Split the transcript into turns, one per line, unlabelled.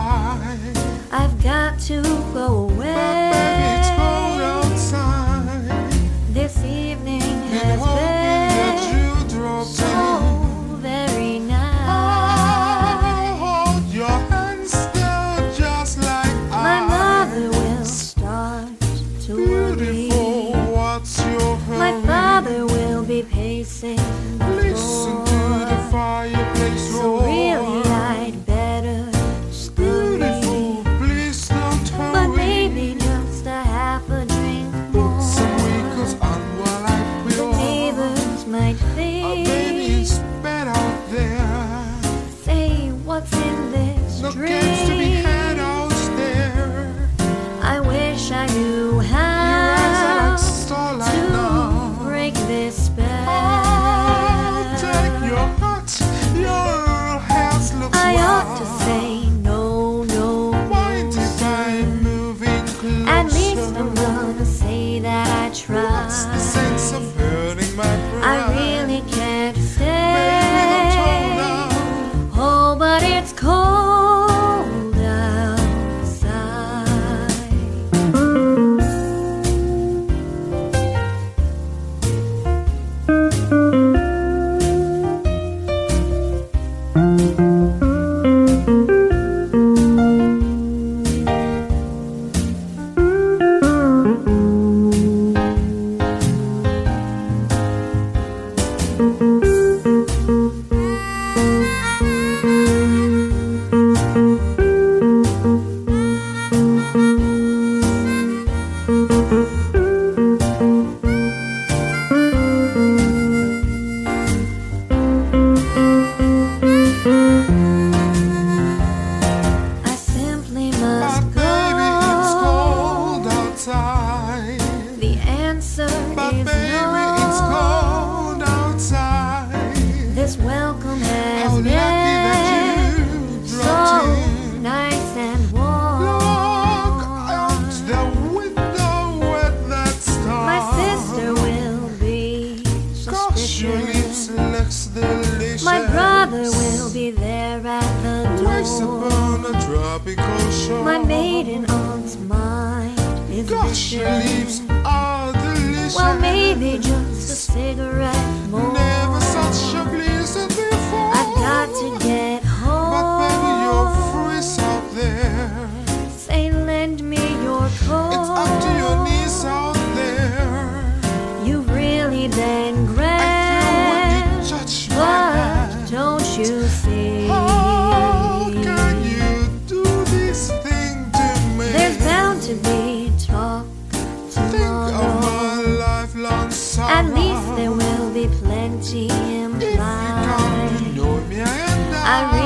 outside.
I've got to go away.
It's cold outside.
This evening
And hoping that
has been
you drop in.
so very nice.
I'll hold your hand still, just like
My mother
I.
will start to
Beautiful,
worry.
what's your
My
hurry?
father will be pacing the
Listen to the
floor.
fireplace
So really,
roar.
I'd better
Beautiful,
scurry.
please don't hurry.
But maybe just a half a drink more.
Books and wiggles on while I
The
will.
neighbors might
Oh, baby,
think,
it's bad out there.
say what's in this
No games to be
drink.
had out there.
I wish I knew
Your
how
eyes are like starlight
to
now.
break this
Oh, take
spell.
your heart, your hands look
I ought to
wild.
say no, no,
Why
no,
did I
sir.
moving closer?
At least I'm gonna say that I
What's the sense
tried.
of hurting my pride?
I really can't stay.
Baby,
Oh, but it's cold outside. I simply must
But baby, it's cold
go.
outside.
The answer
But
is
baby, it's
no.
cold outside.
This welcome
How
has
lucky that
been
you dropped
so
in.
nice and warm.
Look out the window at that star.
My sister will be
Gosh, your
suspicious.
lips looks delicious.
My brother will be there at
Waves
the door.
upon a tropical shore.
My maiden aunt's mind is
Gosh, your leaves
vicious.
are delicious.
Well, maybe just a cigarette more.
Never such a blizzard before.
I've got to get
But baby, you're
home.
freeze out there.
Say, lend me your coat.
It's up to your knees out there.
You've really been
I feel when you
grand,
touch my
but
hand.
don't you see?
How can you do this thing to me?
There's bound to be talk
Think of
tomorrow.
my lifelong sorrow.
At least there will be plenty
If you come
implied.
to know me and
I
I
Oh,